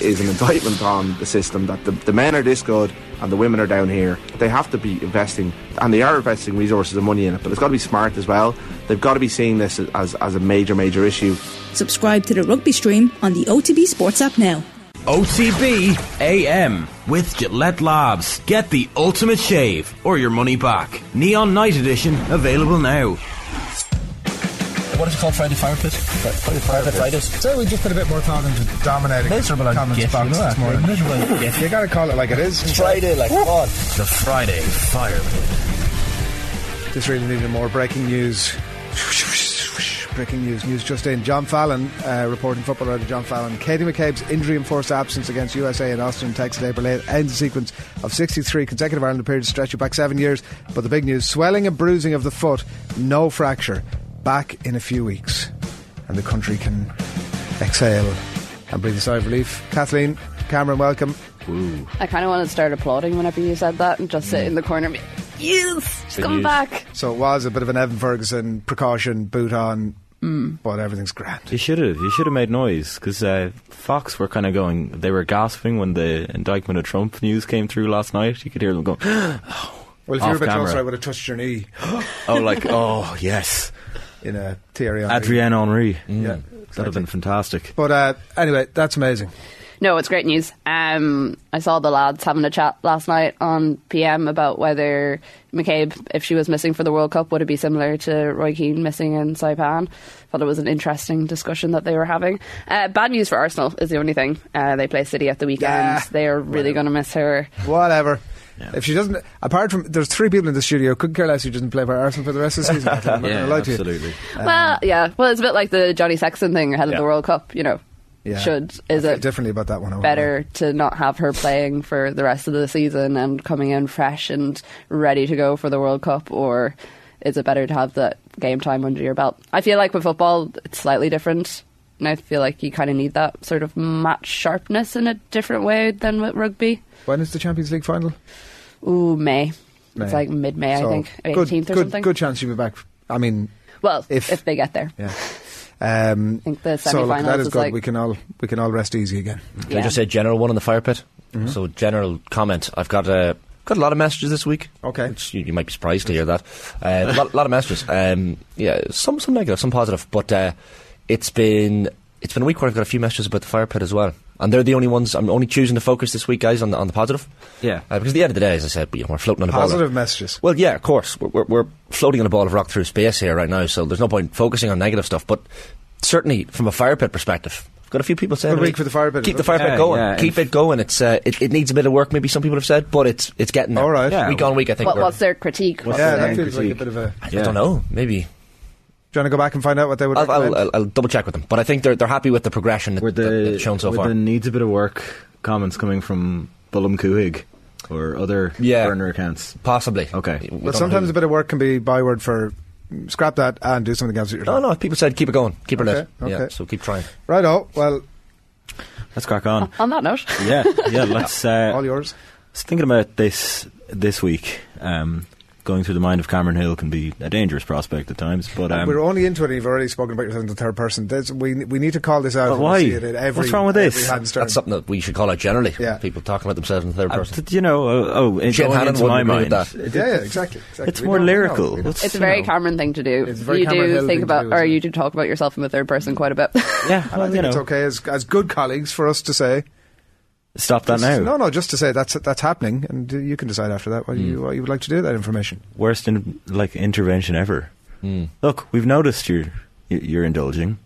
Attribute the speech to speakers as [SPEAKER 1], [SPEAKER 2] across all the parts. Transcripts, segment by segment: [SPEAKER 1] is an indictment on the system that the, the men are this good and the women are down here. They have to be investing, and they are investing resources and money in it, but it's got to be smart as well. They've got to be seeing this as, as a major, major issue.
[SPEAKER 2] Subscribe to the rugby stream on the OTB Sports app now.
[SPEAKER 3] OTB AM with Gillette Labs. Get the ultimate shave or your money back. Neon Night Edition available now.
[SPEAKER 4] What is it called? Friday Fire Pit? Friday Fire Pit. Fridays.
[SPEAKER 5] Say we just put a bit more thought into dominating
[SPEAKER 4] Miserable and
[SPEAKER 5] comments
[SPEAKER 4] gif,
[SPEAKER 5] box
[SPEAKER 4] you know
[SPEAKER 5] this
[SPEAKER 4] that,
[SPEAKER 5] morning.
[SPEAKER 4] right? Miserable and gif.
[SPEAKER 5] You gotta call it like it is.
[SPEAKER 4] Friday, like come on. The Friday Fire Pit.
[SPEAKER 5] This really needed more breaking news. Breaking news, news just in. John Fallon, uh, reporting football writer John Fallon. Katie McCabe's injury enforced absence against USA in Austin, Texas, labour late ends a sequence of 63 consecutive Ireland periods stretching back seven years. But the big news swelling and bruising of the foot, no fracture. Back in a few weeks. And the country can exhale and breathe a sigh of relief. Kathleen, Cameron, welcome.
[SPEAKER 6] I kind of want to start applauding whenever you said that and just sit in the corner and be, yes, she's coming back.
[SPEAKER 5] So it was a bit of an Evan Ferguson precaution, boot on,
[SPEAKER 6] Hmm.
[SPEAKER 5] but everything's grand.
[SPEAKER 7] You should have. You should have made noise because uh, Fox were kind of going. They were gasping when the indictment of Trump news came through last night. You could hear them going,
[SPEAKER 5] Well, if you were a
[SPEAKER 7] Off
[SPEAKER 5] bit
[SPEAKER 7] camera.
[SPEAKER 5] closer, I would have touched your knee
[SPEAKER 7] "Oh, like oh yes,
[SPEAKER 5] in a teary eye.
[SPEAKER 7] Adrienne Henry."
[SPEAKER 5] Yeah,
[SPEAKER 7] that'd have been fantastic.
[SPEAKER 5] But uh, anyway, that's amazing.
[SPEAKER 6] No, it's great news. Um, I saw the lads having a chat last night on PM about whether McCabe, if she was missing for the World Cup, would it be similar to Roy Keane missing in Saipan? Thought it was an interesting discussion that they were having. Uh, bad news for Arsenal is the only thing. Uh, they play City at the weekend.
[SPEAKER 5] Yeah.
[SPEAKER 6] They are really going to miss her.
[SPEAKER 5] Whatever. If she doesn't, apart from there's three people in the studio, couldn't care less who doesn't play for Arsenal for the rest of the season. I'm not
[SPEAKER 7] Yeah,
[SPEAKER 5] gonna lie to you.
[SPEAKER 7] absolutely.
[SPEAKER 5] Uh.
[SPEAKER 6] well, yeah. Well, it's a bit like the Johnny Sexton thing ahead of
[SPEAKER 7] Yeah.
[SPEAKER 6] the World Cup. You know,
[SPEAKER 5] Yeah.
[SPEAKER 6] should
[SPEAKER 5] I
[SPEAKER 6] is
[SPEAKER 5] feel
[SPEAKER 6] it
[SPEAKER 5] differently about that one? overall.
[SPEAKER 6] better to not have her playing for the rest of the season and coming in fresh and ready to go for the World Cup, or is it better to have that game time under your belt? I feel like with football, it's slightly different. And I feel like you kind of need that sort of match sharpness in a different way than with rugby.
[SPEAKER 5] When is the Champions League final?
[SPEAKER 6] Ooh, May.
[SPEAKER 5] May.
[SPEAKER 6] It's like mid May,
[SPEAKER 5] So,
[SPEAKER 6] I think. 18th
[SPEAKER 5] good,
[SPEAKER 6] or
[SPEAKER 5] good,
[SPEAKER 6] something.
[SPEAKER 5] Good chance you'll be back. I mean,
[SPEAKER 6] Well,
[SPEAKER 5] if-
[SPEAKER 6] if, they get there.
[SPEAKER 5] yeah. Um,
[SPEAKER 6] I think the
[SPEAKER 5] so look,
[SPEAKER 6] semifinals
[SPEAKER 5] that is,
[SPEAKER 6] is
[SPEAKER 5] good.
[SPEAKER 6] like-
[SPEAKER 5] we can all we can all rest easy again.
[SPEAKER 4] Can I just say general one in the fire pit?
[SPEAKER 5] Mm-hmm.
[SPEAKER 4] So general comment. I've got uh, got a lot of messages this week.
[SPEAKER 5] Okay.
[SPEAKER 4] which you, you might be surprised to hear that. A uh, lot, lot of messages. Um, yeah, some some negative, some positive, but uh, it's been it's been a week where I've got a few messages about the fire pit as well, and they're the only ones. I'm only choosing to focus this week, guys, on the, on the positive.
[SPEAKER 7] Yeah.
[SPEAKER 4] uh, because at the end of the day, as I said, we- we're floating on a ball.
[SPEAKER 5] Positive messages.
[SPEAKER 4] Well, yeah, of course. We're, we're, we're floating on a ball of rock through space here right now, so there's no point focusing on negative stuff. But certainly, from a fire pit perspective, I've got a few people saying
[SPEAKER 5] Good week for the fire pit.
[SPEAKER 4] Keep the fire pit
[SPEAKER 7] Yeah,
[SPEAKER 4] going.
[SPEAKER 7] yeah,
[SPEAKER 4] Keep it going. It's uh, it, it needs a bit of work. Maybe some people have said, but it's it's getting there.
[SPEAKER 5] All right.
[SPEAKER 7] Yeah.
[SPEAKER 4] week on week. I think.
[SPEAKER 6] What,
[SPEAKER 4] we're-
[SPEAKER 6] what's their critique? What's
[SPEAKER 5] Yeah, that
[SPEAKER 6] their-
[SPEAKER 5] feels like a bit of a.
[SPEAKER 4] I
[SPEAKER 7] Yeah.
[SPEAKER 4] don't know. Maybe
[SPEAKER 5] Do you want to go back and find out what they would
[SPEAKER 4] I'll, uh,
[SPEAKER 5] recommend?
[SPEAKER 4] I'll, I'll, I'll double check with them. But I think they're they're happy with the progression that,
[SPEAKER 7] Were
[SPEAKER 4] that-
[SPEAKER 7] the
[SPEAKER 4] that's shown so
[SPEAKER 7] were
[SPEAKER 4] far.
[SPEAKER 7] the needs a bit of work comments coming from Bullam Kuhig or other
[SPEAKER 4] Yeah.
[SPEAKER 7] burner accounts?
[SPEAKER 4] Possibly.
[SPEAKER 7] Okay. Well,
[SPEAKER 4] We don't know
[SPEAKER 5] Well, sometimes a
[SPEAKER 4] who-
[SPEAKER 5] bit of work can be byword for mm, scrap that and do something else with your
[SPEAKER 4] No,
[SPEAKER 5] time.
[SPEAKER 4] no. People said keep it going. Keep
[SPEAKER 5] Okay,
[SPEAKER 4] it lit. Yeah.
[SPEAKER 5] okay.
[SPEAKER 4] So keep trying.
[SPEAKER 5] Right, oh, well,
[SPEAKER 7] Let's crack on.
[SPEAKER 6] On that note,
[SPEAKER 7] yeah, yeah. Let's. Uh,
[SPEAKER 5] all yours.
[SPEAKER 7] I was thinking about this this week. Um, going through the mind of Cameron Hill can be a dangerous prospect at times, but um,
[SPEAKER 5] We're only into it and you've already spoken about yourself in the third person. This, we, we need to call this out.
[SPEAKER 7] But
[SPEAKER 5] and
[SPEAKER 7] why?
[SPEAKER 5] see it in every-
[SPEAKER 7] What's wrong with
[SPEAKER 5] every
[SPEAKER 7] this?
[SPEAKER 5] hand stern.
[SPEAKER 4] That's something that we should call out generally.
[SPEAKER 5] Yeah.
[SPEAKER 4] People talking about themselves in the third
[SPEAKER 7] Uh,
[SPEAKER 4] person.
[SPEAKER 7] d- you know, uh, oh, it
[SPEAKER 4] Shane
[SPEAKER 7] going
[SPEAKER 4] Hannon
[SPEAKER 7] into my
[SPEAKER 4] wouldn't agree
[SPEAKER 7] mind.
[SPEAKER 4] with that.
[SPEAKER 7] It-
[SPEAKER 5] Yeah, yeah, exactly. exactly.
[SPEAKER 7] It's
[SPEAKER 5] We
[SPEAKER 7] more
[SPEAKER 5] don't know,
[SPEAKER 7] lyrical.
[SPEAKER 5] we don't.
[SPEAKER 7] What's-
[SPEAKER 6] it's a
[SPEAKER 7] you
[SPEAKER 6] very
[SPEAKER 7] know.
[SPEAKER 6] Cameron thing to do.
[SPEAKER 5] It's a very
[SPEAKER 6] you
[SPEAKER 5] Cameron
[SPEAKER 6] do
[SPEAKER 5] Hill thing
[SPEAKER 6] think
[SPEAKER 5] to
[SPEAKER 6] about,
[SPEAKER 5] do,
[SPEAKER 6] or
[SPEAKER 5] isn't it?
[SPEAKER 6] you do talk about yourself in the third person quite a bit.
[SPEAKER 7] Yeah,
[SPEAKER 5] I
[SPEAKER 7] well,
[SPEAKER 5] think
[SPEAKER 7] you
[SPEAKER 5] it's
[SPEAKER 7] know,
[SPEAKER 5] okay as, as good colleagues for us to say.
[SPEAKER 7] stop that now.
[SPEAKER 5] Just- No, no, just to say that's that's happening, and uh, you can decide after that what you
[SPEAKER 7] Hmm.
[SPEAKER 5] what you would like to do with that information.
[SPEAKER 7] Worst in, like intervention ever. Look, we've noticed you're you- you're indulging,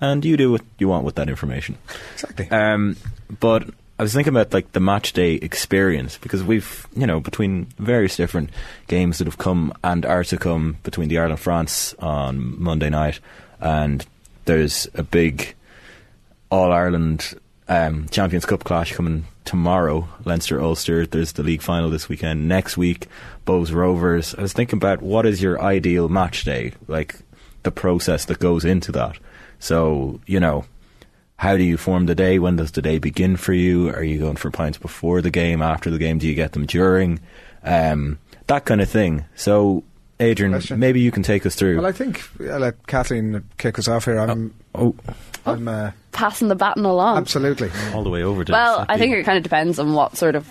[SPEAKER 7] and you do what you want with that information.
[SPEAKER 5] Exactly.
[SPEAKER 7] Um, but I was thinking about like the match day experience because we've you know between various different games that have come and are to come between the Ireland France on Monday night, and there's a big All Ireland um, Champions Cup clash coming tomorrow. Leinster Ulster. There's the league final this weekend. Next week, Bows Rovers. I was thinking about what is your ideal match day, like the process that goes into that. So you know, how do you form the day? When does the day begin for you? Are you going for pints before the game, after the game? Do you get them during? Um, that kind of thing. So, Adrian,
[SPEAKER 5] Question.
[SPEAKER 7] maybe you can take us through.
[SPEAKER 5] Well, I think I'll let Kathleen kick us off here. I'm,
[SPEAKER 7] oh, Um,
[SPEAKER 5] I'm uh,
[SPEAKER 6] passing the baton along.
[SPEAKER 5] Absolutely.
[SPEAKER 7] all the way over to.
[SPEAKER 6] Well,
[SPEAKER 7] Zach
[SPEAKER 6] I think
[SPEAKER 7] Beaver.
[SPEAKER 6] it kind of depends on what sort of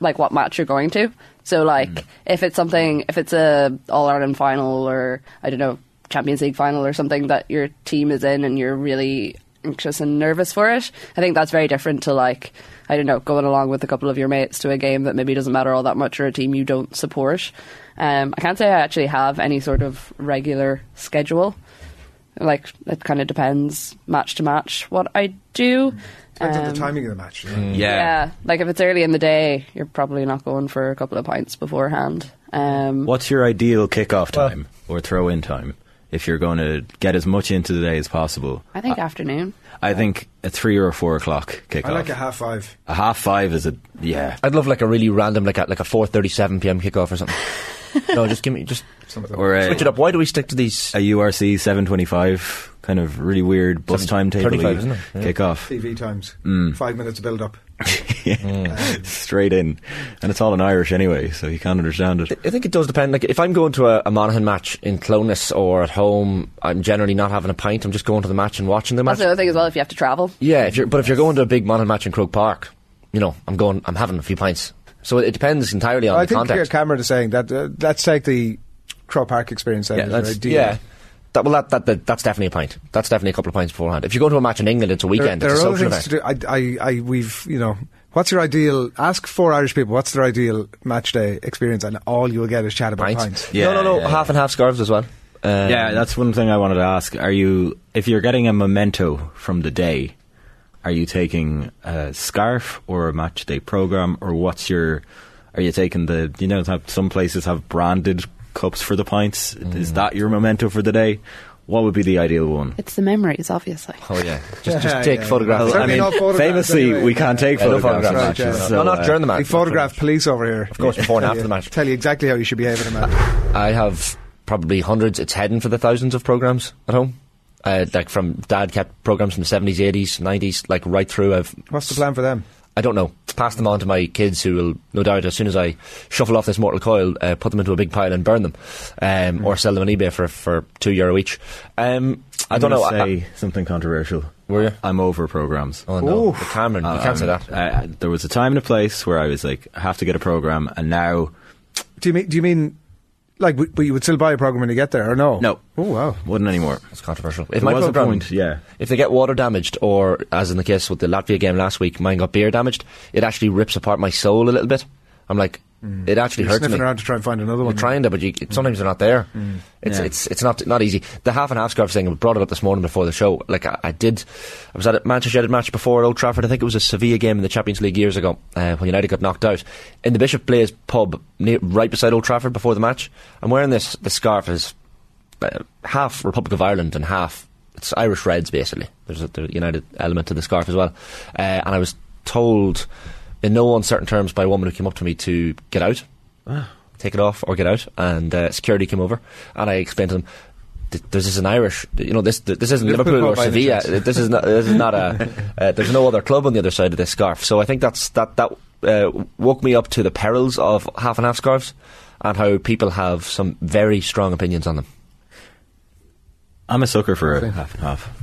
[SPEAKER 6] like what match you're going to. So like if it's something if it's a All Ireland final or I don't know Champions League final or something that your team is in and you're really anxious and nervous for it, I think that's very different to like I don't know going along with a couple of your mates to a game that maybe doesn't matter all that much or a team you don't support. Um, I can't say I actually have any sort of regular schedule. Like it kind of depends match to match what I do.
[SPEAKER 5] Depends on the
[SPEAKER 6] Um,
[SPEAKER 5] timing of the match.
[SPEAKER 7] Hmm.
[SPEAKER 5] you know.
[SPEAKER 3] Yeah.
[SPEAKER 6] yeah, like if it's early in the day, you're probably not going for a couple of pints beforehand. Um,
[SPEAKER 7] What's your ideal kickoff time or throw-in time if you're going to get as much into the day as possible?
[SPEAKER 6] I think afternoon.
[SPEAKER 7] I think a three or a four o'clock kickoff.
[SPEAKER 5] I like a half five.
[SPEAKER 7] A half five is a yeah.
[SPEAKER 4] I'd love like a really random, like a, like a four thirty seven p.m. kickoff or something. no, just give me just
[SPEAKER 7] Or a,
[SPEAKER 4] switch it up. Why do we stick to these?
[SPEAKER 7] a URC seven twenty-five kind of really weird bus
[SPEAKER 4] Seven-
[SPEAKER 7] timetable
[SPEAKER 4] 35, isn't it? Yeah.
[SPEAKER 7] kickoff
[SPEAKER 5] TV times.
[SPEAKER 4] Mm.
[SPEAKER 5] Five minutes build up.
[SPEAKER 7] straight in, and it's all in Irish anyway, so you can't understand it.
[SPEAKER 4] I think it does depend. Like if I'm going to a, a Monaghan match in Clonus or at home, I'm generally not having a pint. I'm just going to the match and watching the match.
[SPEAKER 6] That's another thing as well. If you have to travel,
[SPEAKER 4] Yeah, if you're, but if you're going to a big Monaghan match in Croke Park, you know, I'm going, I'm having a few pints. So it depends entirely on
[SPEAKER 5] I
[SPEAKER 4] the
[SPEAKER 5] think
[SPEAKER 4] context.
[SPEAKER 5] uh, Cameron is saying that. Uh, let's take the Crow Park experience. out
[SPEAKER 4] yeah,
[SPEAKER 5] of it,
[SPEAKER 4] that's,
[SPEAKER 5] right? Do you-
[SPEAKER 4] yeah. That, well, that, that, that, that's definitely a pint. That's definitely a couple of pints beforehand. If you go to a match in England, it's a
[SPEAKER 5] There,
[SPEAKER 4] weekend.
[SPEAKER 5] there are
[SPEAKER 4] it's a
[SPEAKER 5] other
[SPEAKER 4] social
[SPEAKER 5] things
[SPEAKER 4] event.
[SPEAKER 5] to do. I, I, I, we've, you know, what's your ideal? Ask four Irish people what's their ideal match day experience, and all you'll get is chat about
[SPEAKER 4] Pints.
[SPEAKER 5] pints.
[SPEAKER 7] Yeah,
[SPEAKER 4] no, no, no.
[SPEAKER 7] yeah,
[SPEAKER 4] half and half scarves as well. Um,
[SPEAKER 7] yeah, that's one thing I wanted to ask. Are you, if you're getting a memento from the day, are you taking a scarf or a match day program, or what's your? Are you taking the? You know, have, some places have branded cups for the pints.
[SPEAKER 4] Mm.
[SPEAKER 7] Is that your memento for the day? What would be the ideal one?
[SPEAKER 6] it's the memories, obviously.
[SPEAKER 4] Oh yeah. Just, just
[SPEAKER 5] Yeah,
[SPEAKER 4] take
[SPEAKER 5] yeah.
[SPEAKER 4] photographs.
[SPEAKER 5] Well,
[SPEAKER 4] Yeah,
[SPEAKER 5] I mean, no photographs
[SPEAKER 7] famously,
[SPEAKER 5] anyway.
[SPEAKER 7] we can't take
[SPEAKER 4] no
[SPEAKER 7] photographs. of
[SPEAKER 4] photographs.
[SPEAKER 7] matches,
[SPEAKER 5] right, yeah.
[SPEAKER 7] so,
[SPEAKER 4] no, not
[SPEAKER 7] uh,
[SPEAKER 4] during the match.
[SPEAKER 5] We photograph police over here. Of
[SPEAKER 4] course, before and after the match.
[SPEAKER 5] Tell you exactly how you should behave in a match.
[SPEAKER 4] I have probably hundreds. It's heading for the thousands of programs at home. Uh, like from dad kept programs from the seventies, eighties, nineties, like right through. I've
[SPEAKER 5] What's the plan for them?
[SPEAKER 4] I don't know. Pass them on to my kids, who will no doubt, as soon as I shuffle off this mortal coil, uh, put them into a big pile and burn them, um, or sell them on eBay for for two euro each. Um, I
[SPEAKER 7] I'm
[SPEAKER 4] don't
[SPEAKER 7] gonna
[SPEAKER 5] Oh,
[SPEAKER 4] know. I, I,
[SPEAKER 7] Say something controversial.
[SPEAKER 4] were you?
[SPEAKER 7] I'm Um, uh, over programs.
[SPEAKER 4] Oh no,
[SPEAKER 5] Oof.
[SPEAKER 4] But Cameron, you can't say that.
[SPEAKER 7] I, I, there was a time and a place where I was like, I have to get a program, and now
[SPEAKER 5] Do you mean? Do you mean? Like, w- but you would still buy a program when you get there, or no?
[SPEAKER 7] No.
[SPEAKER 5] Oh wow.
[SPEAKER 7] wouldn't anymore.
[SPEAKER 4] It's controversial.
[SPEAKER 7] There
[SPEAKER 4] If my
[SPEAKER 7] was a
[SPEAKER 4] program,
[SPEAKER 7] point, yeah.
[SPEAKER 4] if they get water damaged, or as in the case with the Latvia game last week, mine got beer damaged. It actually rips apart my soul a little bit. I'm like, it actually
[SPEAKER 5] Mm. You're
[SPEAKER 4] hurts
[SPEAKER 5] sniffing
[SPEAKER 4] me.
[SPEAKER 5] around to try and find another one. Mm.
[SPEAKER 4] You're trying to, but you, sometimes they're not there. It's
[SPEAKER 7] Yeah.
[SPEAKER 4] it's it's not not easy. The half and half scarf thing. I brought it up this morning before the show. Like I, I did, I was at a Manchester United match before at Old Trafford. I think it was a Sevilla game in the Champions League years ago uh, when United got knocked out in the Bishop Blaze pub near, right beside Old Trafford before the match. I'm wearing this. The scarf is uh, half Republic of Ireland and half it's Irish Reds basically. There's a the United element to the scarf as well, uh, and I was told in no uncertain terms by a woman who came up to me to get out, take it off or get out, and uh, security came over, and I explained to them. "Th- This is an Irish, you know. This this isn't
[SPEAKER 5] Liverpool
[SPEAKER 4] Liverpool, or
[SPEAKER 5] by any
[SPEAKER 4] Sevilla.
[SPEAKER 5] chance.
[SPEAKER 4] This is not. This is not a. Uh, there's no other club on the other side of this scarf. So I think that's that that uh, woke me up to the perils of half and half scarves, and how people have some very strong opinions on them.
[SPEAKER 7] I'm a sucker for a half and half.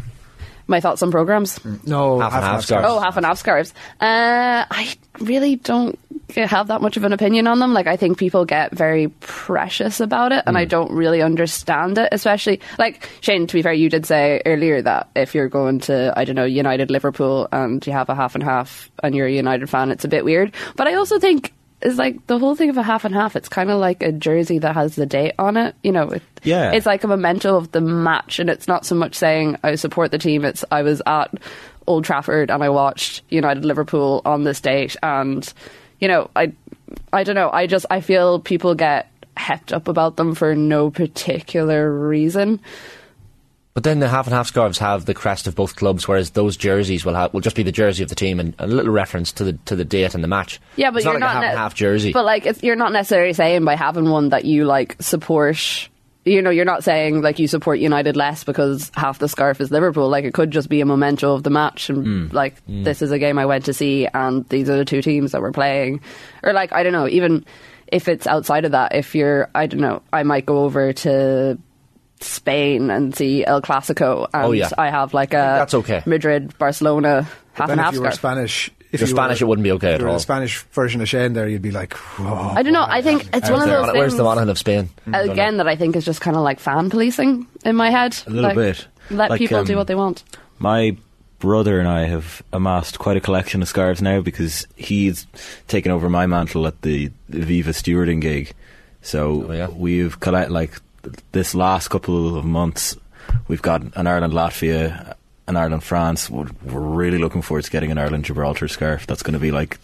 [SPEAKER 6] My thoughts on programs.
[SPEAKER 5] No,
[SPEAKER 4] Half and half scarves.
[SPEAKER 6] Oh, half and half scarves. Uh, I really don't g- have that much of an opinion on them. Like, I think people get very precious about it, and I don't really understand it, especially. Like, Shane, to be fair, you did say earlier that if you're going to, I don't know, United Liverpool and you have a half and half and you're a United fan, it's a bit weird. But I also think. Is like the whole thing of a half and half. It's kind of like a jersey that has the date on it. You know, it,
[SPEAKER 7] Yeah.
[SPEAKER 6] It's like a memento of the match, and it's not so much saying I support the team. It's I was at Old Trafford and I watched United Liverpool on this date, and you know, I, I don't know. I just I feel people get hepped up about them for no particular reason.
[SPEAKER 4] But then the half and half scarves have the crest of both clubs, whereas those jerseys will have will just be the jersey of the team and a little reference to the to the date and the match.
[SPEAKER 6] Yeah, but
[SPEAKER 4] it's
[SPEAKER 6] you're
[SPEAKER 4] not like a half
[SPEAKER 6] ne-
[SPEAKER 4] and half jersey.
[SPEAKER 6] But like, it's, you're not necessarily saying by having one that you like support. You know, you're not saying like you support United less because half the scarf is Liverpool. Like, it could just be a memento of the match,
[SPEAKER 4] Hmm.
[SPEAKER 6] and like this is a game I went to see, and these are the two teams that we're playing, or like I don't know, even if it's outside of that, if you're I don't know, I might go over to Spain and see El Clasico, and
[SPEAKER 4] Oh, yeah.
[SPEAKER 6] I have like a
[SPEAKER 4] that's okay.
[SPEAKER 6] Madrid Barcelona half
[SPEAKER 5] Then
[SPEAKER 6] and
[SPEAKER 5] if
[SPEAKER 6] half
[SPEAKER 5] you were
[SPEAKER 6] scarf.
[SPEAKER 5] Spanish, if
[SPEAKER 4] If you're
[SPEAKER 5] you
[SPEAKER 4] Spanish,
[SPEAKER 5] were,
[SPEAKER 4] it wouldn't be okay
[SPEAKER 5] if
[SPEAKER 4] at
[SPEAKER 5] you were
[SPEAKER 4] all.
[SPEAKER 5] the Spanish version of Shane there, you'd be like, whoa.
[SPEAKER 6] I don't know. I think it's one
[SPEAKER 4] Where's
[SPEAKER 6] of those
[SPEAKER 4] the-
[SPEAKER 6] things.
[SPEAKER 4] Where's the manhood of Spain?
[SPEAKER 7] Mm,
[SPEAKER 6] again that I think is just kind of like fan policing in my head.
[SPEAKER 7] A little
[SPEAKER 6] Like,
[SPEAKER 7] bit.
[SPEAKER 6] Let
[SPEAKER 7] Like,
[SPEAKER 6] people do
[SPEAKER 7] um,
[SPEAKER 6] what they want.
[SPEAKER 7] My brother and I have amassed quite a collection of scarves now because he's taken over my mantle at the Viva stewarding gig. So
[SPEAKER 4] Oh, yeah.
[SPEAKER 7] we've collect like this last couple of months. We've got an Ireland Latvia, an Ireland France. We're we're really looking forward to getting an Ireland Gibraltar scarf. That's going to be like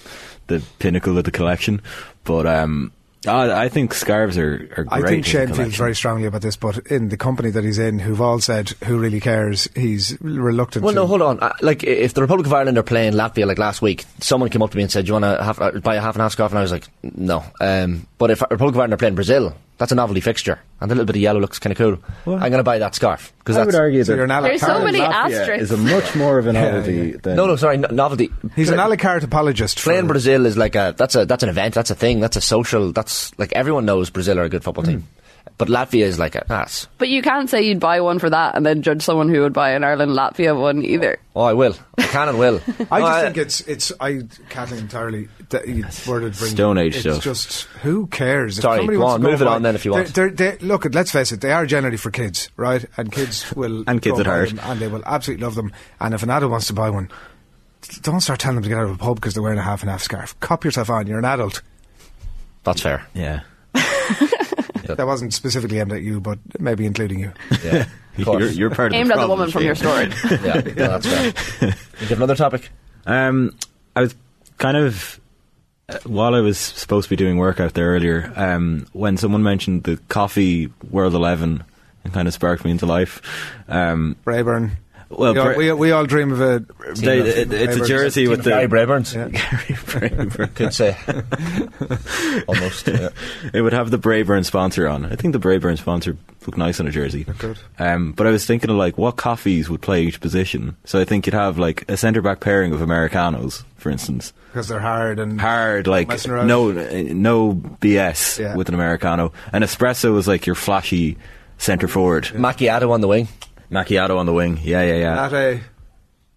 [SPEAKER 7] the pinnacle of the collection. But um, I, I think scarves are, are great.
[SPEAKER 5] I think
[SPEAKER 7] as a
[SPEAKER 5] Shane feels
[SPEAKER 7] collection.
[SPEAKER 5] very strongly about this, but in the company that he's in, who've all said, who really cares, he's reluctant
[SPEAKER 4] Well,
[SPEAKER 5] to.
[SPEAKER 4] no, hold on. Uh, Like, i- if the Republic of Ireland are playing Latvia, like last week, someone came up to me and said, "Do you want to have, uh, buy a half and half scarf?" And I was like, "No." Um, but if Republic of Ireland are playing Brazil, that's a novelty fixture, and a little bit of yellow looks kind of cool. I'm going to buy that scarf because
[SPEAKER 7] I
[SPEAKER 4] that's
[SPEAKER 7] would argue
[SPEAKER 5] So
[SPEAKER 7] that
[SPEAKER 5] you're an a la
[SPEAKER 6] There's so
[SPEAKER 5] carte.
[SPEAKER 6] many
[SPEAKER 7] Latvia
[SPEAKER 6] asterisks.
[SPEAKER 7] is a much more of an oddity than
[SPEAKER 4] no, no, sorry, no, novelty.
[SPEAKER 5] He's an a la carte apologist. for-
[SPEAKER 4] Playing Brazil is like a that's a that's an event, that's a thing, that's a social. That's like everyone knows Brazil are a good football team,
[SPEAKER 5] Mm.
[SPEAKER 4] but Latvia is like a ah, ass.
[SPEAKER 6] But you can't say you'd buy one for that and then judge someone who would buy an Ireland Latvia one either.
[SPEAKER 4] Oh, I will, I can and will.
[SPEAKER 5] I
[SPEAKER 4] No,
[SPEAKER 5] just think it's it's I can't entirely that you worded bring
[SPEAKER 7] Stone Age
[SPEAKER 5] It's
[SPEAKER 7] stuff.
[SPEAKER 5] just who cares? If
[SPEAKER 4] Sorry,
[SPEAKER 5] somebody
[SPEAKER 4] go
[SPEAKER 5] wants
[SPEAKER 4] on,
[SPEAKER 5] to
[SPEAKER 4] move
[SPEAKER 5] and
[SPEAKER 4] it
[SPEAKER 5] buy-
[SPEAKER 4] on then if you
[SPEAKER 5] they're-
[SPEAKER 4] want.
[SPEAKER 5] They're, they're, look, let's face it, they are generally for kids, right? And kids will
[SPEAKER 7] And kids
[SPEAKER 5] go
[SPEAKER 7] at
[SPEAKER 5] buy
[SPEAKER 7] heart.
[SPEAKER 5] them and they will absolutely love them. And if an adult wants to buy one, don't start telling them to get out of a pub because they're wearing a half and half scarf. Cop yourself on. You're an adult.
[SPEAKER 4] that's fair.
[SPEAKER 7] Yeah.
[SPEAKER 5] That wasn't specifically aimed at you, but maybe including you.
[SPEAKER 4] Yeah, of course.
[SPEAKER 7] You're, you're part of
[SPEAKER 6] Aimed
[SPEAKER 7] the
[SPEAKER 6] at the
[SPEAKER 7] problem,
[SPEAKER 6] woman from
[SPEAKER 7] Shane.
[SPEAKER 6] your story.
[SPEAKER 4] yeah, no, that's fair. Do you have another topic?
[SPEAKER 7] Um, I was kind of uh, while I was supposed to be doing work out there earlier. Um, when someone mentioned the coffee World Eleven, it kind of sparked me into life. Um,
[SPEAKER 5] Brayburn.
[SPEAKER 7] Well,
[SPEAKER 5] we all,
[SPEAKER 7] Bra-
[SPEAKER 5] we, we all dream of a.
[SPEAKER 7] they, it, it's a
[SPEAKER 5] Braeburn.
[SPEAKER 7] jersey with
[SPEAKER 4] Gary
[SPEAKER 7] the.
[SPEAKER 4] Brayburns.
[SPEAKER 7] Braeburn.
[SPEAKER 4] Could say almost. yeah.
[SPEAKER 7] it would have the Braeburn sponsor on. I think the Braeburn sponsor looked nice on a jersey.
[SPEAKER 5] good.
[SPEAKER 7] Um, but I was thinking of like what coffees would play each position. So I think you'd have like a centre back pairing of Americanos, for instance.
[SPEAKER 5] because they're hard and
[SPEAKER 7] hard, like
[SPEAKER 5] Messing around.
[SPEAKER 7] no no BS
[SPEAKER 5] Yeah.
[SPEAKER 7] with an americano. An espresso was like your flashy centre forward.
[SPEAKER 4] Macchiato on the wing.
[SPEAKER 7] Macchiato on the wing. Yeah, yeah, yeah.
[SPEAKER 5] Latte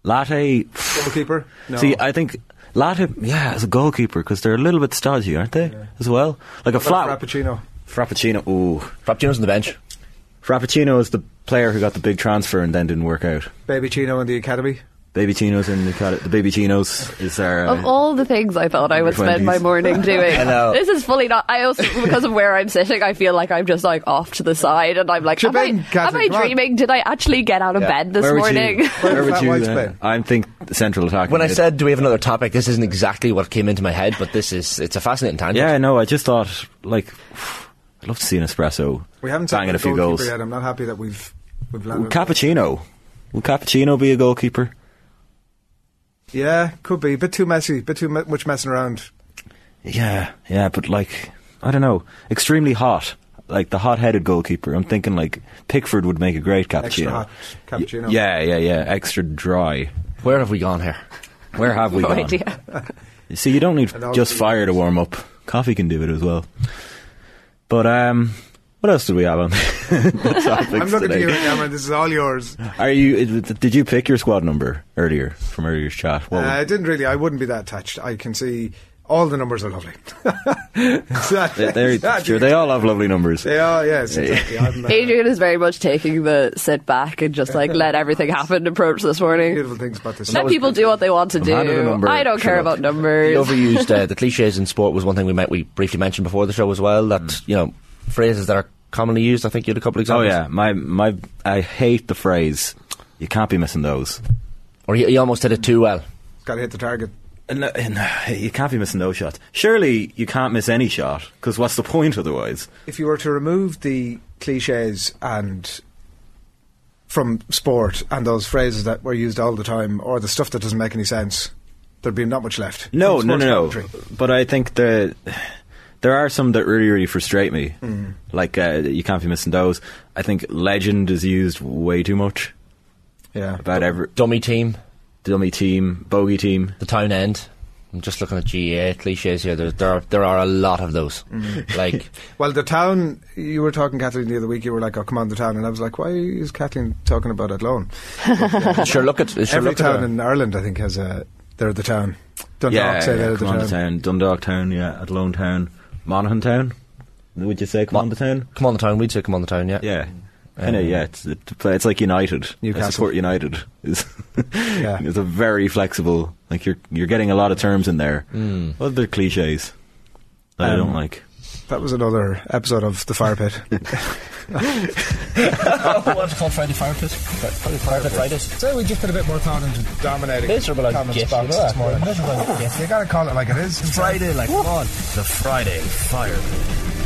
[SPEAKER 7] Latte.
[SPEAKER 5] goalkeeper. No.
[SPEAKER 7] See, I think latte. Yeah, as a goalkeeper because they're a little bit stodgy, aren't they? As well, like a
[SPEAKER 5] What
[SPEAKER 7] flat
[SPEAKER 5] about frappuccino.
[SPEAKER 7] frappuccino. Ooh,
[SPEAKER 4] Frappuccino's on the bench.
[SPEAKER 7] frappuccino is the player who got the big transfer and then didn't work out.
[SPEAKER 5] Baby Chino in the academy.
[SPEAKER 7] Baby chinos and the, cat- the baby chinos is our.
[SPEAKER 6] Of
[SPEAKER 7] Uh,
[SPEAKER 6] all the things I thought I would spend my
[SPEAKER 7] 20s.
[SPEAKER 6] morning doing,
[SPEAKER 4] I know.
[SPEAKER 6] this is fully not. I also, because of where I'm sitting, I feel like I'm just like off to the side and I'm like,
[SPEAKER 5] Chip
[SPEAKER 6] am I,
[SPEAKER 5] in,
[SPEAKER 6] am
[SPEAKER 5] Catherine,
[SPEAKER 6] I
[SPEAKER 5] come on.
[SPEAKER 6] dreaming? Did I actually get out of bed this
[SPEAKER 7] where would
[SPEAKER 6] morning?
[SPEAKER 7] you? Where
[SPEAKER 5] Flat
[SPEAKER 7] would you?
[SPEAKER 5] whites
[SPEAKER 7] uh,
[SPEAKER 5] play.
[SPEAKER 7] I think central attack.
[SPEAKER 4] When I said, "Do we have another topic?" This isn't exactly what came into my head, but this is—it's a fascinating tangent.
[SPEAKER 7] Yeah, no, I just thought like I'd love to see an espresso.
[SPEAKER 5] We haven't
[SPEAKER 7] banging
[SPEAKER 5] taken
[SPEAKER 7] a few goals.
[SPEAKER 5] yet. I'm not happy that we've we've
[SPEAKER 7] Would
[SPEAKER 5] landed.
[SPEAKER 7] cappuccino. Would cappuccino be a goalkeeper?
[SPEAKER 5] yeah, could be a bit too messy, bit too me- much messing around.
[SPEAKER 7] Yeah, yeah, but like I don't know, extremely hot. Like the hot-headed goalkeeper. I'm thinking like Pickford would make a great cappuccino.
[SPEAKER 5] Extra hot cappuccino.
[SPEAKER 7] Y- yeah, yeah, yeah. Extra dry.
[SPEAKER 4] Where have we gone here?
[SPEAKER 7] Where have we
[SPEAKER 6] no
[SPEAKER 7] gone?
[SPEAKER 6] idea.
[SPEAKER 7] See, you don't need
[SPEAKER 5] And all
[SPEAKER 7] just
[SPEAKER 5] the-
[SPEAKER 7] fire to warm up. Coffee can do it as well. But um, what else did we have on the topics
[SPEAKER 5] I'm looking at
[SPEAKER 7] today?
[SPEAKER 5] you, Cameron. This is all yours. Uh,
[SPEAKER 7] Are you? Did you pick your squad number earlier from earlier's chat? What
[SPEAKER 5] Uh, I didn't really. I wouldn't be that touched. I can see all the numbers are lovely.
[SPEAKER 7] They-
[SPEAKER 5] Exactly.
[SPEAKER 7] they're- sure, they all have lovely numbers.
[SPEAKER 5] They are. Yes. Exactly. I'm, uh,
[SPEAKER 6] Adrian is very much taking the sit back and just like let everything happen approach this morning.
[SPEAKER 5] beautiful things about this.
[SPEAKER 6] Let people do what they want to do.
[SPEAKER 7] handed a number,
[SPEAKER 6] I don't
[SPEAKER 7] shut
[SPEAKER 6] care
[SPEAKER 7] up.
[SPEAKER 6] about
[SPEAKER 4] The
[SPEAKER 6] numbers.
[SPEAKER 4] overused uh, the cliches in sport was one thing we met, we briefly mentioned before the show as well. That you know phrases that are commonly used. I think you had a couple
[SPEAKER 7] Oh
[SPEAKER 4] examples.
[SPEAKER 7] yeah, my my I hate the phrase. You can't be missing those.
[SPEAKER 4] Or you, you almost did it too well.
[SPEAKER 5] Got to hit the target.
[SPEAKER 7] No, no, you can't be missing those shots. Surely you can't miss any shot because what's the point otherwise?
[SPEAKER 5] if you were to remove the cliches and from sport and those phrases that were used all the time or the stuff that doesn't make any sense, there'd be not much left.
[SPEAKER 7] No,
[SPEAKER 5] From
[SPEAKER 7] no,
[SPEAKER 5] sports
[SPEAKER 7] no, no.
[SPEAKER 5] commentary.
[SPEAKER 7] But I think the there are some that really really frustrate me.
[SPEAKER 5] Mm.
[SPEAKER 7] Like uh, you can't be missing those. I think legend is used way too much
[SPEAKER 5] Yeah.
[SPEAKER 7] about every
[SPEAKER 4] Dummy team,
[SPEAKER 7] dummy team, bogey team.
[SPEAKER 4] the town end. I'm just looking at GA cliches here. There, there, are, there are a lot of those. Like,
[SPEAKER 5] Well, the town you were talking, Kathleen, the other week. You were like, "Oh, come on, the town," and I was like, "Why is Kathleen talking about it alone?"
[SPEAKER 4] sure, look at sure
[SPEAKER 5] Every
[SPEAKER 4] look at
[SPEAKER 5] town
[SPEAKER 4] a-
[SPEAKER 5] in Ireland, I think, has a they're the town. Dundalk
[SPEAKER 7] yeah,
[SPEAKER 5] say
[SPEAKER 7] yeah,
[SPEAKER 5] they're the
[SPEAKER 7] Command
[SPEAKER 5] town.
[SPEAKER 7] the Town, Dundalk Town, yeah, Athlone Town, Monaghan Town. Would you say Command the Town?
[SPEAKER 4] come on the town. We'd say come on the town. Yeah,
[SPEAKER 7] Yeah. I know, yeah, it's, it, it's like United.
[SPEAKER 5] Mm. Newcastle.
[SPEAKER 7] I support United. It's,
[SPEAKER 5] Yeah.
[SPEAKER 7] it's a very flexible. Like you're you're getting a lot of terms in there. Mm. Other cliches that I don't like.
[SPEAKER 5] That was another episode of the fire pit.
[SPEAKER 8] What's called Friday Fire Pit? Friday Fire Pit Fridays.
[SPEAKER 5] so we just put a bit more thought into dominating
[SPEAKER 8] Miserable old
[SPEAKER 5] Thomas
[SPEAKER 8] git, you know
[SPEAKER 5] Box this
[SPEAKER 8] that.
[SPEAKER 5] morning.
[SPEAKER 8] Miserable old git.
[SPEAKER 5] You gotta call it like it is.
[SPEAKER 8] Friday, like what? The Friday Fire Pit.